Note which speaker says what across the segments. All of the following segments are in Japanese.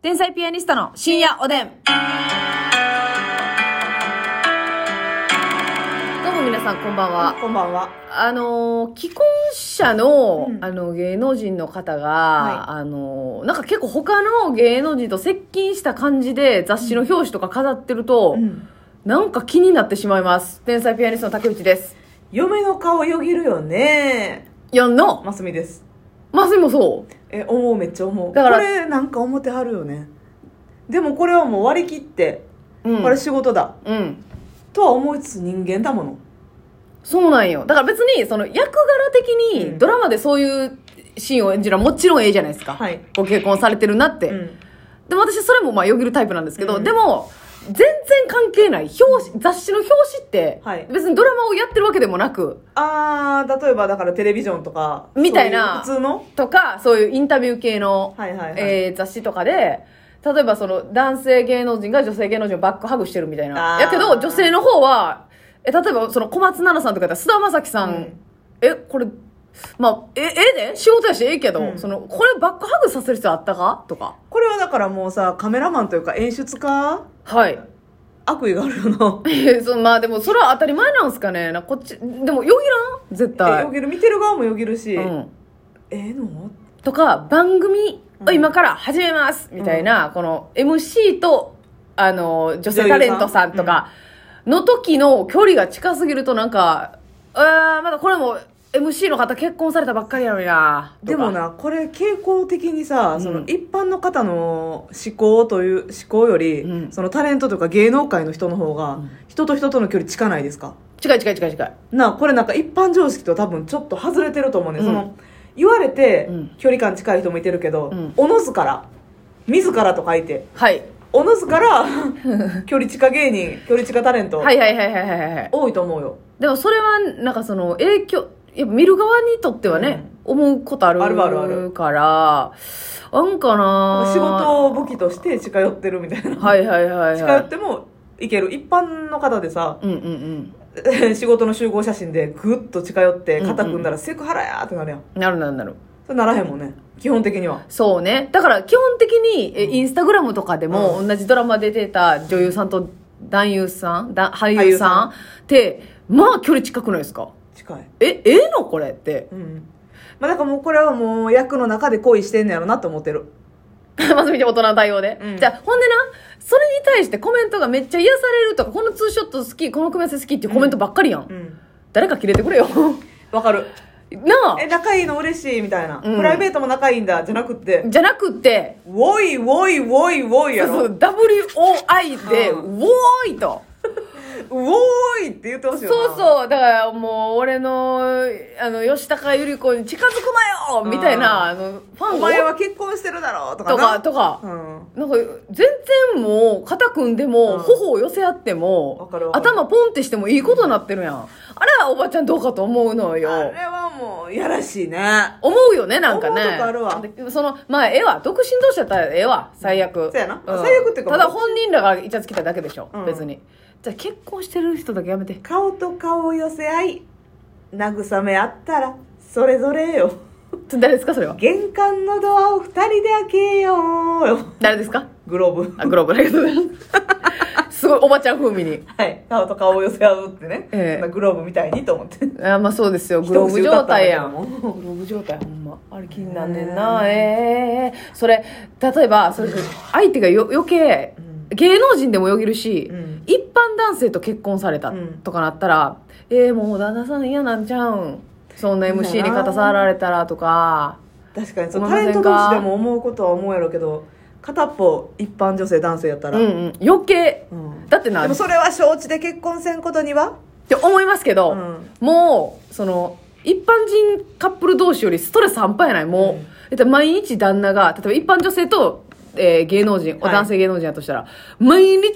Speaker 1: 天才ピアニストの深夜おでん。どうも皆さん、こんばんは。
Speaker 2: こんばんは。
Speaker 1: あのー、既婚者の、
Speaker 2: うん
Speaker 1: あの、芸能人の方が、
Speaker 2: は
Speaker 1: あのー、なんか結構他の芸能人と接近した感じで雑誌の表紙とか飾ってると、なんか気になってしまいます。天才ピアニストの竹内です。
Speaker 2: 嫁の顔よぎるよね。
Speaker 1: やんの
Speaker 2: ますみです。
Speaker 1: まさにもそう。
Speaker 2: え、思う、めっちゃ思う。
Speaker 1: だから
Speaker 2: これなんか思ってはるよね。でもこれはもう割り切って、
Speaker 1: うん。
Speaker 2: これ仕事だ。
Speaker 1: うん。
Speaker 2: とは思いつつ人間だもの。
Speaker 1: そうなんよ。だから別に、その役柄的
Speaker 2: う
Speaker 1: に
Speaker 2: ん
Speaker 1: ドラマでそういうシーンを演じるのはもちろんええじゃないですか。
Speaker 2: はい
Speaker 1: ご結婚されてるなって。
Speaker 2: うん
Speaker 1: でも私それもまあよぎるタイプなんですけど、
Speaker 2: うん
Speaker 1: でも、全然関係ない。表紙、雑誌の表紙って
Speaker 2: はい、
Speaker 1: 別にドラマをやってるわけでもなく、
Speaker 2: あー、例えばだからテレビジョンとか、
Speaker 1: みたいな
Speaker 2: そうう普通の
Speaker 1: とか、そういうインタビュー系の、
Speaker 2: はいはいはい。
Speaker 1: えー雑誌とかで、例えばその男性芸能人が女性芸能人をバックハグしてるみたいな。
Speaker 2: あー
Speaker 1: やけど女性の方は、え、例えばその小松菜奈さんとかだったら菅田将暉さん、
Speaker 2: うん
Speaker 1: え、これ、まあ、え、ええで仕事やしええけど、
Speaker 2: うん
Speaker 1: その、これバックハグさせる必要あったかとか。
Speaker 2: これはだからもうさ、カメラマンというか演出家
Speaker 1: はい。
Speaker 2: 悪意があるよ な。
Speaker 1: え そまあでもそれは当たり前なんすかね。なこっち、でもよぎらん絶
Speaker 2: え
Speaker 1: 対
Speaker 2: よ。ぎる、見てる側もよぎるし、
Speaker 1: うん。
Speaker 2: ええの
Speaker 1: とか、番組
Speaker 2: う
Speaker 1: を
Speaker 2: ん
Speaker 1: 今から始めます、みたいな、この MC と、あの、女性タレントさんとか、の時の距離が近すぎるとなんか、あーまだこれも MC の方結婚されたばっかりやのにな。とか
Speaker 2: でも。なこれ傾向的にさ、
Speaker 1: うん
Speaker 2: その一般の方の思考という思考より、
Speaker 1: うん
Speaker 2: そのタレントとか芸能界の人の方が、
Speaker 1: ん
Speaker 2: 人と人との距離近ないですか
Speaker 1: 近い近い近い近い。
Speaker 2: なあこれなんか一般常識と多分ちょっと外れてると思うね、
Speaker 1: うん
Speaker 2: その言われて
Speaker 1: うん
Speaker 2: 距離感近い人もいてるけど、
Speaker 1: うん
Speaker 2: おのずから自らと書いて
Speaker 1: はい。
Speaker 2: おのずから 距離近芸人距離近タレント、
Speaker 1: はいはいはいはいはいはい。
Speaker 2: 多いと思うよ
Speaker 1: でもそれは、なんかその影響、やっぱ見る側にとってはね、思うことある
Speaker 2: あるあるある
Speaker 1: から、あんかな
Speaker 2: 仕事を武器として近寄ってるみたいな、
Speaker 1: はいはいはいはい。
Speaker 2: 近寄ってもいける一般の方でさ、
Speaker 1: うんうんうん。
Speaker 2: 仕事の集合写真でぐっと近寄って肩組んだらセクハラやーってなるやん
Speaker 1: なるなるなる。
Speaker 2: それならへんもんね基本的には
Speaker 1: そうね。だから基本的に、えインスタグラムとかでも、同じドラマ出てた女優さんと男優さん、だ俳優さんって、まあ距離近くないですか
Speaker 2: 近い
Speaker 1: え、ええのこれって。
Speaker 2: うんまあだからもうこれはもう役の中で恋してんのやろなと思ってる
Speaker 1: まず見て大人の対応で。
Speaker 2: うん
Speaker 1: じゃあ、ほんでな、それに対してコメントがめっちゃ癒されるとか、このツーショット好き、この組み合わせ好きっていうコメントばっかりやん。
Speaker 2: うん
Speaker 1: 誰か切れてくれよ。
Speaker 2: わかる
Speaker 1: なあ
Speaker 2: え仲いいの嬉しいみたいな、
Speaker 1: うん
Speaker 2: プライベートも仲いいんだじゃなくって
Speaker 1: じゃなくって、
Speaker 2: ウォイウォイウォイウォイ
Speaker 1: そ
Speaker 2: や
Speaker 1: う
Speaker 2: ろ
Speaker 1: そうう、WOI で、
Speaker 2: う
Speaker 1: ウォーイと。
Speaker 2: ウォイって言ってほしいよ
Speaker 1: そう
Speaker 2: う
Speaker 1: そう、だからもう、俺の、あの、吉高由里子に近づくなよみたいな、あの、ファン
Speaker 2: お
Speaker 1: を
Speaker 2: 前は結婚してるだろうとか
Speaker 1: とか、
Speaker 2: な
Speaker 1: とか、
Speaker 2: うん
Speaker 1: なんか、全然もう、肩組んでも、
Speaker 2: うん
Speaker 1: 頬を寄せ合って
Speaker 2: わ
Speaker 1: も
Speaker 2: かる、わかる
Speaker 1: 頭ポンってしてもいいことになってるやん。あれはおばちゃんどうかと思うのよ。
Speaker 2: あれはもうやらしいね
Speaker 1: 思うよね、なんかね。
Speaker 2: 思うとこあるわ
Speaker 1: でその、まあ、ええわ。独身同士だったらええわ。最悪。
Speaker 2: そうやな
Speaker 1: うん
Speaker 2: 最悪っていうか
Speaker 1: ただ本人らがイチャつきただけでしょ。
Speaker 2: うん
Speaker 1: 別に。じゃあ結婚してる人だけやめて。
Speaker 2: 顔と顔を寄せ合い慰め合ったらそれぞれよ
Speaker 1: 誰ですかそれは。
Speaker 2: 玄関のドアを二人で開けようよ
Speaker 1: 誰ですか
Speaker 2: グローブ
Speaker 1: あ、グローブありがとうございます。すごいおばちゃん風味に。
Speaker 2: はい顔と顔を寄せ合うってね、
Speaker 1: ええ
Speaker 2: グローブみたいにと思って
Speaker 1: あまあそうですよ。グローブ状態やん。
Speaker 2: 一口歌っただけだもん
Speaker 1: グローブ状態ほんま。あれ気になんねんな。ええそれ、例えば、それ、相手がよ余計、芸能人でもよぎるし、
Speaker 2: うん
Speaker 1: 一般男性と結婚された
Speaker 2: うん
Speaker 1: とかなったら、えー、もう旦那さん嫌なんちゃうん。そんな MC に肩触られたらとか。
Speaker 2: 確かにその
Speaker 1: 思いませ
Speaker 2: タ
Speaker 1: ん
Speaker 2: レ
Speaker 1: か
Speaker 2: ント同士でも思うことは思うやろうけど片っぽ一般女性男性やった
Speaker 1: う
Speaker 2: ら、
Speaker 1: んうん。余計。
Speaker 2: うん
Speaker 1: だってな、
Speaker 2: で
Speaker 1: っ
Speaker 2: もそれは承知で結婚せんことには
Speaker 1: て思いますけど、
Speaker 2: うん
Speaker 1: もう、その、一般人カップル同士よりストレス半端やない。もう、
Speaker 2: うん
Speaker 1: だって毎日旦那が、例えば一般女性と、えー芸能人、
Speaker 2: はい
Speaker 1: 男性芸能人やとしたら、毎日、
Speaker 2: う
Speaker 1: めっ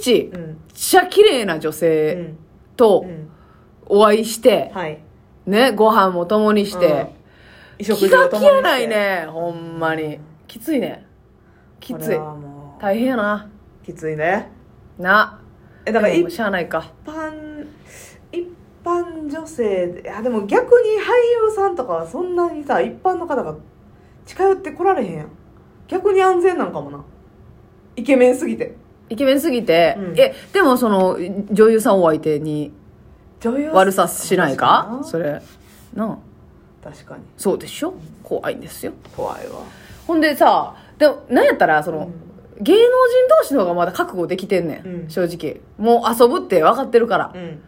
Speaker 2: ん
Speaker 1: ちゃ綺麗な女
Speaker 2: う
Speaker 1: 性
Speaker 2: ん
Speaker 1: と
Speaker 2: うん
Speaker 1: お会いして、
Speaker 2: はい
Speaker 1: ね、ご飯も共にして、
Speaker 2: 衣
Speaker 1: 気
Speaker 2: 食事
Speaker 1: が
Speaker 2: を共
Speaker 1: 気
Speaker 2: にして
Speaker 1: やないね、ほんまに。きついね。き
Speaker 2: こ
Speaker 1: つ
Speaker 2: れ
Speaker 1: い。
Speaker 2: はも
Speaker 1: 大変やな。
Speaker 2: うきついね
Speaker 1: な。
Speaker 2: えだから
Speaker 1: で
Speaker 2: 一
Speaker 1: もしゃあないか。
Speaker 2: 一般一般女性であでも逆に俳優さんとかはそんなにさ一般の方が近寄ってこられへんやん逆に安全なんかもなイケメンすぎて
Speaker 1: イケメンすぎて、
Speaker 2: うん
Speaker 1: えでもその女優さんを相手に
Speaker 2: 女優
Speaker 1: 悪さしないかそれなあ
Speaker 2: 確かに
Speaker 1: そうでしょ怖いんですよ
Speaker 2: 怖いわ
Speaker 1: ほんでさでもなんやったらその、芸能人同士の方がまだ覚悟できてんねん、
Speaker 2: うん
Speaker 1: 正直もう遊ぶって分かってるから
Speaker 2: う、ん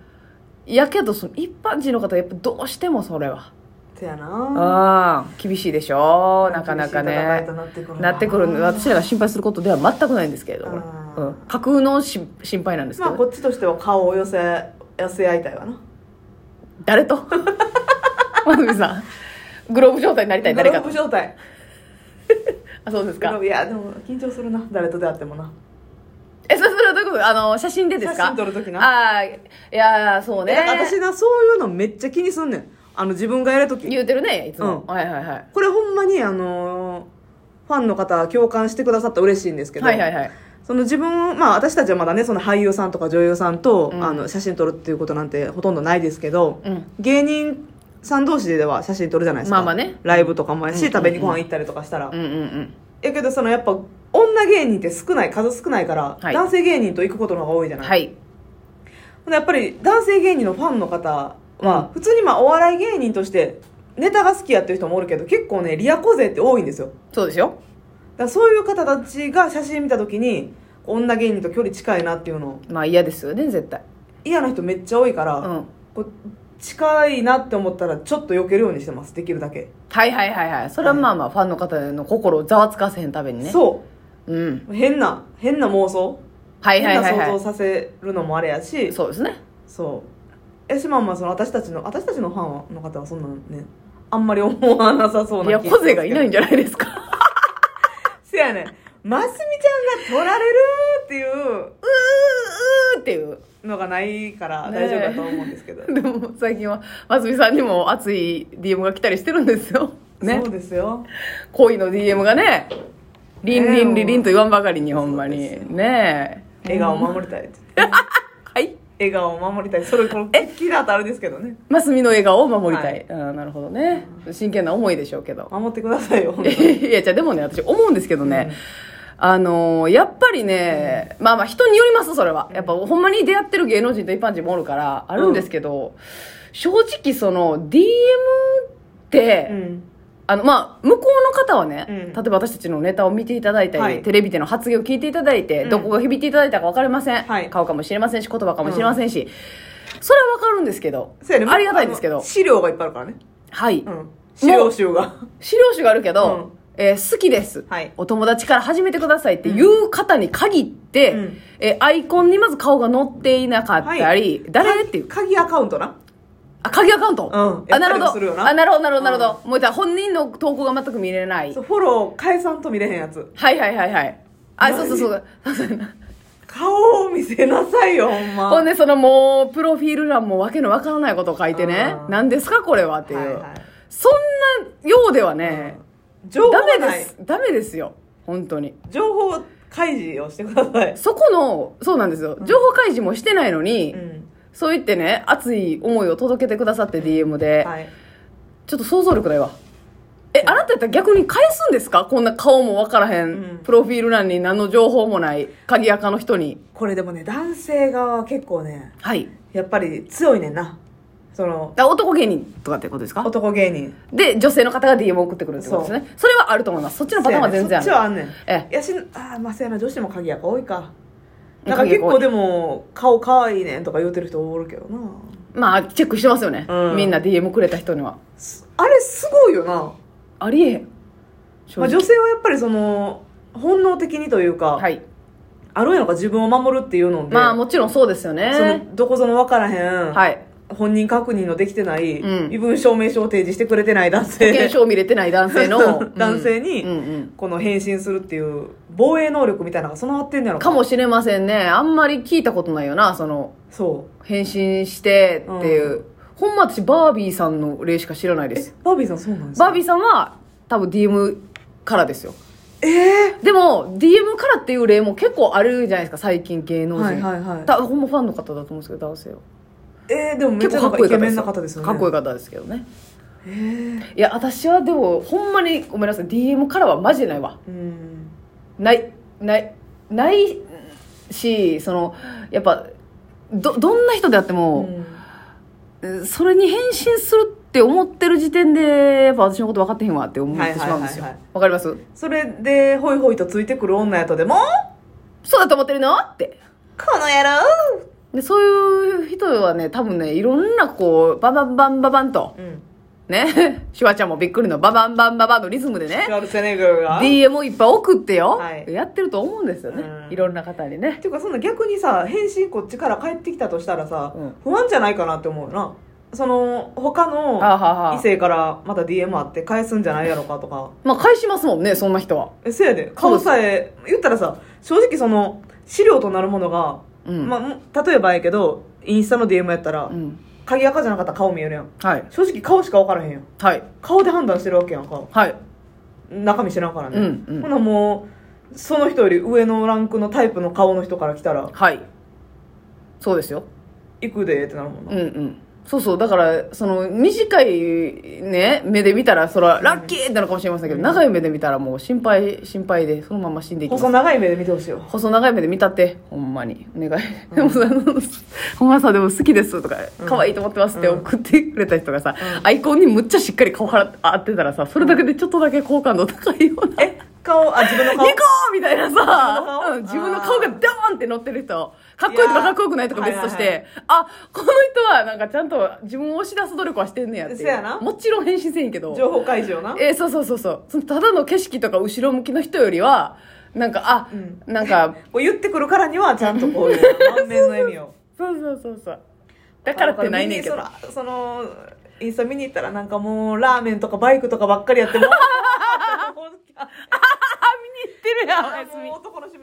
Speaker 1: やけどその一般人の方はやっぱどうしてもそれは
Speaker 2: せやな
Speaker 1: ああ厳しいでしょなかなか
Speaker 2: 厳しい戦い
Speaker 1: ね
Speaker 2: となってくるわ
Speaker 1: なってくる私らが心配することでは全くないんですけれどこれ、
Speaker 2: あ
Speaker 1: う
Speaker 2: ー
Speaker 1: ん、架空のし心配なんですけ
Speaker 2: ま
Speaker 1: ど
Speaker 2: あ
Speaker 1: ね、
Speaker 2: こっちとしては顔を寄せ寄せ合いたいわな
Speaker 1: 誰 と真海さんグローブ状態になりたい
Speaker 2: グ
Speaker 1: 誰
Speaker 2: ロ
Speaker 1: か
Speaker 2: ー
Speaker 1: と
Speaker 2: ブ状態
Speaker 1: あそうです
Speaker 2: グロー
Speaker 1: か
Speaker 2: ブいやでも緊張するな誰と出会ってもな
Speaker 1: えそれそれはどういうことあの写真でです
Speaker 2: 写
Speaker 1: か
Speaker 2: 真撮る時な
Speaker 1: ああいやーそうね
Speaker 2: え私なそういうのめっちゃ気にすんねんあの自分がやるとき
Speaker 1: 言うてるねいつも、
Speaker 2: うん
Speaker 1: はいはいはい
Speaker 2: これほんまにあのーファンの方共感してくださったら嬉しいんですけど、
Speaker 1: はいはいはい
Speaker 2: その自分、まあ私たちはまだね、その俳優さんとか女優さんと、
Speaker 1: うん
Speaker 2: あの写真撮るっていうことなんてほとんどないですけど、
Speaker 1: うん
Speaker 2: 芸人さん同士では写真撮るじゃないですか。
Speaker 1: まあまあね
Speaker 2: ライブとかもやし、
Speaker 1: うんうんうん
Speaker 2: 食べにご飯行ったりとかしたら。
Speaker 1: うんうんうん
Speaker 2: やけどそのやっぱ、女芸人って少ない、数少ないから、
Speaker 1: はい
Speaker 2: 男性芸人と行くことの方が多いじゃない、
Speaker 1: はい
Speaker 2: ほんでやっぱり男性芸人のファンの方
Speaker 1: うん
Speaker 2: は、普通にまあお笑い芸人として、ネタが好きやっていう人もおるけど、結構ね、リアコ勢って多いんですよ。
Speaker 1: そうですよ
Speaker 2: だからそういう方たちが写真見た時に女芸人と距離近いなっていうの
Speaker 1: まあ嫌ですよね絶対
Speaker 2: 嫌な人めっちゃ多いから、
Speaker 1: うん
Speaker 2: こう近いなって思ったらちょっと避けるようにしてますできるだけ、
Speaker 1: はいはいはいはいそれはまあまあファンの方の心をざわつかせへんためにね
Speaker 2: そ
Speaker 1: うん
Speaker 2: う変な変な妄想、
Speaker 1: はいはいはい
Speaker 2: 変な
Speaker 1: は
Speaker 2: 想
Speaker 1: い
Speaker 2: 像させるのもあれやしそう
Speaker 1: そうですね
Speaker 2: えしまんまその私たちの私たちのファンの方はそんなのねあんまり思わなさそう
Speaker 1: い
Speaker 2: な
Speaker 1: や個勢がいないんじ
Speaker 2: じ
Speaker 1: ゃないですか
Speaker 2: ゃせやねんますみちゃんが取られるっていう
Speaker 1: うーうーっていう
Speaker 2: のがないから
Speaker 1: ねえ
Speaker 2: 大丈夫だと思うんですけ ど、
Speaker 1: でも最近はますみさんにも熱い DM が来たりしてるんですよね
Speaker 2: そうですよ
Speaker 1: 恋の DM がねリンリンリリンと言わんばかりにほんま
Speaker 2: そうで
Speaker 1: に
Speaker 2: すよ
Speaker 1: ねえ
Speaker 2: 笑顔を守りたいって言って
Speaker 1: はい
Speaker 2: 笑顔を守りたいそれこの聞いた後あれですけどね
Speaker 1: ますみの笑顔を守りたい、
Speaker 2: は
Speaker 1: あーなるほどね真剣な思いでしょうけど
Speaker 2: 守ってくださいよ本当に
Speaker 1: いや、じゃあでもね、私思うんですけどね、あのーやっぱりね、まあまあ人によります、それは。やっぱほんまに出会ってる芸能人と一般人もおるから、あるんですけど、正直その DM って、
Speaker 2: うん
Speaker 1: あの、まあ、向こうの方はね、
Speaker 2: うん
Speaker 1: 例えば私たちのネタを見ていただいたり、
Speaker 2: はい
Speaker 1: テレビでの発言を聞いていただいて、
Speaker 2: うん
Speaker 1: どこが響いていただいたか分かりません。
Speaker 2: はい
Speaker 1: 顔かもしれませんし、言葉かもしれませんし、それは分かるんですけど、
Speaker 2: そうやね
Speaker 1: ありがたいんですけ
Speaker 2: あの
Speaker 1: ど、
Speaker 2: 資料がいっぱいあるからね
Speaker 1: はい。
Speaker 2: うん資料集が
Speaker 1: 資料集があるけど、えー好きです、
Speaker 2: はい
Speaker 1: お友達から始めてくださいっていう方に限って、
Speaker 2: うん
Speaker 1: えーアイコンにまず顔が載っていなかったり、
Speaker 2: は
Speaker 1: 誰っていう
Speaker 2: 鍵アカウントな
Speaker 1: あ鍵アカウント、
Speaker 2: うん
Speaker 1: あなる
Speaker 2: やったりも
Speaker 1: ほ
Speaker 2: するよ
Speaker 1: ど
Speaker 2: な
Speaker 1: あなるほどなるほどなるほど、もうだから本人の投稿が全く見れない
Speaker 2: そうフォロー返さんと見れへんやつ
Speaker 1: はいはいはいはいあ
Speaker 2: 何
Speaker 1: そうそうそうそうそうやな
Speaker 2: 顔を見せなさいよほんま
Speaker 1: ほんでそのもうプロフィール欄もわけのわからないことを書いてね
Speaker 2: うん
Speaker 1: 何ですかこれはっていう、
Speaker 2: はいはい
Speaker 1: そんなようではね、
Speaker 2: うん情報
Speaker 1: ダメ
Speaker 2: がな
Speaker 1: で
Speaker 2: い
Speaker 1: すダメですよ本当に
Speaker 2: 情報開示をしてください
Speaker 1: そこの、そうなんですよ。情報開示もしてないのに、
Speaker 2: うん
Speaker 1: そう言ってね、熱い思いを届けてくださって DM で、
Speaker 2: はい
Speaker 1: ちょっと想像力ないわ。え、あなたやったら逆に返すんですかこんな顔もわからへん,、
Speaker 2: うん
Speaker 1: プロフィール欄に何の情報もない、鍵垢の人に。
Speaker 2: これでもね男性側は結構ね
Speaker 1: はい。
Speaker 2: やっぱり強いねんなその
Speaker 1: だ男芸人とかってことですか
Speaker 2: 男芸人
Speaker 1: で、女性の方が DM を送ってくるってことですね。それはあると思います。そっちのパターンは全然ある。
Speaker 2: そっちはあんねん
Speaker 1: え
Speaker 2: いやしあーまあせやな女子も鍵やから多いかなんか
Speaker 1: 鍵
Speaker 2: 結
Speaker 1: が多い
Speaker 2: 構でも顔可愛いねんとか言うてる人おるけどな
Speaker 1: え、まあ、チェックしてますよね。
Speaker 2: うん
Speaker 1: みんな DM くれた人には。
Speaker 2: すあれすごいよな、
Speaker 1: ありえへん。正
Speaker 2: まあ、
Speaker 1: 直
Speaker 2: 女性はやっぱりその本能的にというか、
Speaker 1: はい。
Speaker 2: あるんやろか自分を守るっていうので、
Speaker 1: まあ、もちろんそうですよね。
Speaker 2: そのどこぞの分からへん、
Speaker 1: はい。
Speaker 2: 本人確認のできてない、
Speaker 1: うん
Speaker 2: 身分証明書を提示してくれてない男
Speaker 1: 保険
Speaker 2: 性
Speaker 1: 証を見れてない男性の
Speaker 2: 男性に
Speaker 1: うんうん
Speaker 2: この変身するっていう防衛能力みたいなのが備わってんねや
Speaker 1: う
Speaker 2: ろ
Speaker 1: んかもしれませんねあんまり聞いたことないよなその
Speaker 2: そう
Speaker 1: 変身してっていう、
Speaker 2: う
Speaker 1: ほんま私バービーさんの例しか知らないで
Speaker 2: え
Speaker 1: す
Speaker 2: バービーさんそうなんですか
Speaker 1: バービーさんは多分 DM からですよ
Speaker 2: ええ
Speaker 1: でも DM からっていう例も結構あるじゃないですか最近芸能人、
Speaker 2: はいはいはい
Speaker 1: たほんまファンの方だと思うんですけど男性は
Speaker 2: えー、でもめっ
Speaker 1: 結
Speaker 2: ちゃ
Speaker 1: 構か
Speaker 2: なん
Speaker 1: っ
Speaker 2: か
Speaker 1: こい
Speaker 2: イ
Speaker 1: い方
Speaker 2: ケ
Speaker 1: で
Speaker 2: メン
Speaker 1: す
Speaker 2: な
Speaker 1: よ
Speaker 2: 方ですよね
Speaker 1: かっこいい
Speaker 2: かっ
Speaker 1: 方ですけどね
Speaker 2: こいい
Speaker 1: いや私はでもほんまにごめんなさい DM からはマジでないわ
Speaker 2: うん
Speaker 1: ないないないしそのやっぱどどんな人であっても、それに変身するって思ってる時点でやっぱ私のこと分かってへんわって思ってしまうんですよ
Speaker 2: はいはいは
Speaker 1: わ、
Speaker 2: いはい
Speaker 1: かります
Speaker 2: それでホイホイとついてくる女やとでも
Speaker 1: そうだと思ってるのって
Speaker 2: この野郎
Speaker 1: でそういう人はね多分ねいろんなこうババンバンババンと
Speaker 2: うん
Speaker 1: ね シュワちゃんもびっくりのババンバンババンのリズムでね
Speaker 2: ガルセネガルが
Speaker 1: DM をいっぱい送ってよ、
Speaker 2: はい
Speaker 1: やってると思うんですよね
Speaker 2: うん
Speaker 1: いろんな方にね
Speaker 2: っていうかそんな逆にさ返信こっちから返ってきたとしたらさ、
Speaker 1: うん
Speaker 2: 不安じゃないかなって思うよなその他の
Speaker 1: あはは
Speaker 2: 異性からまた DM あって返すんじゃないやろかとか
Speaker 1: まあ返しますもんねそんな人は
Speaker 2: えせやで顔さえ言ったらさ正直その資料となるものが、
Speaker 1: うん、
Speaker 2: まあもう、例えばやけどインスタの DM やったら、
Speaker 1: うん、
Speaker 2: 鍵垢じゃなかったら顔見えるやん
Speaker 1: はい
Speaker 2: 正直顔しか分からへんやん
Speaker 1: はい
Speaker 2: 顔で判断してるわけやんか
Speaker 1: はい
Speaker 2: 中身知らんからね、
Speaker 1: うんうん
Speaker 2: ほなもうその人より上のランクのタイプの顔の人から来たら
Speaker 1: はいそうですよ
Speaker 2: 行くでってなるもんな、
Speaker 1: うんうんそうそうだからその短いね目で見たらそらラッキーってなるかもしれませんけど、長い目で見たらもう心配心配でそのまま死んでいきます
Speaker 2: 細長い目で見てほし いよ
Speaker 1: 細長い目で見たってほんまにお願い、でもさあのほんまさでも好きですとか可愛いと思ってますって送ってくれた人がさ、アイコンにむっちゃしっかり顔払って合ってたらさそれだけでちょっとだけ好感度高いような、
Speaker 2: え顔あ自分の
Speaker 1: ニ
Speaker 2: 顔
Speaker 1: コーみたいなさ、うん自
Speaker 2: 自
Speaker 1: 分
Speaker 2: 分
Speaker 1: の
Speaker 2: の
Speaker 1: 顔
Speaker 2: 顔
Speaker 1: がドーンって乗ってる人かっこいいとか
Speaker 2: いやー
Speaker 1: かっこよくないとか別として、
Speaker 2: はいはい
Speaker 1: あこの人はなんかちゃんと自分を押し出す努力はしてんねやっていう
Speaker 2: せやな
Speaker 1: もちろん変身せんけど
Speaker 2: 情報開示をな
Speaker 1: えーそうそうそうそうそのただの景色とか後ろ向きの人よりはなんかあ、
Speaker 2: うん
Speaker 1: なんか
Speaker 2: こう言ってくるからにはちゃんとこういう満面の笑みを
Speaker 1: そうそうそうそう。だからってないねんけど。
Speaker 2: だから見にそらそのインスタ見に行ったらなんかもうラーメンとかバイクとかばっかりやってもあ
Speaker 1: あ、見に行ってるやん、おやすみ
Speaker 2: もう。男の趣味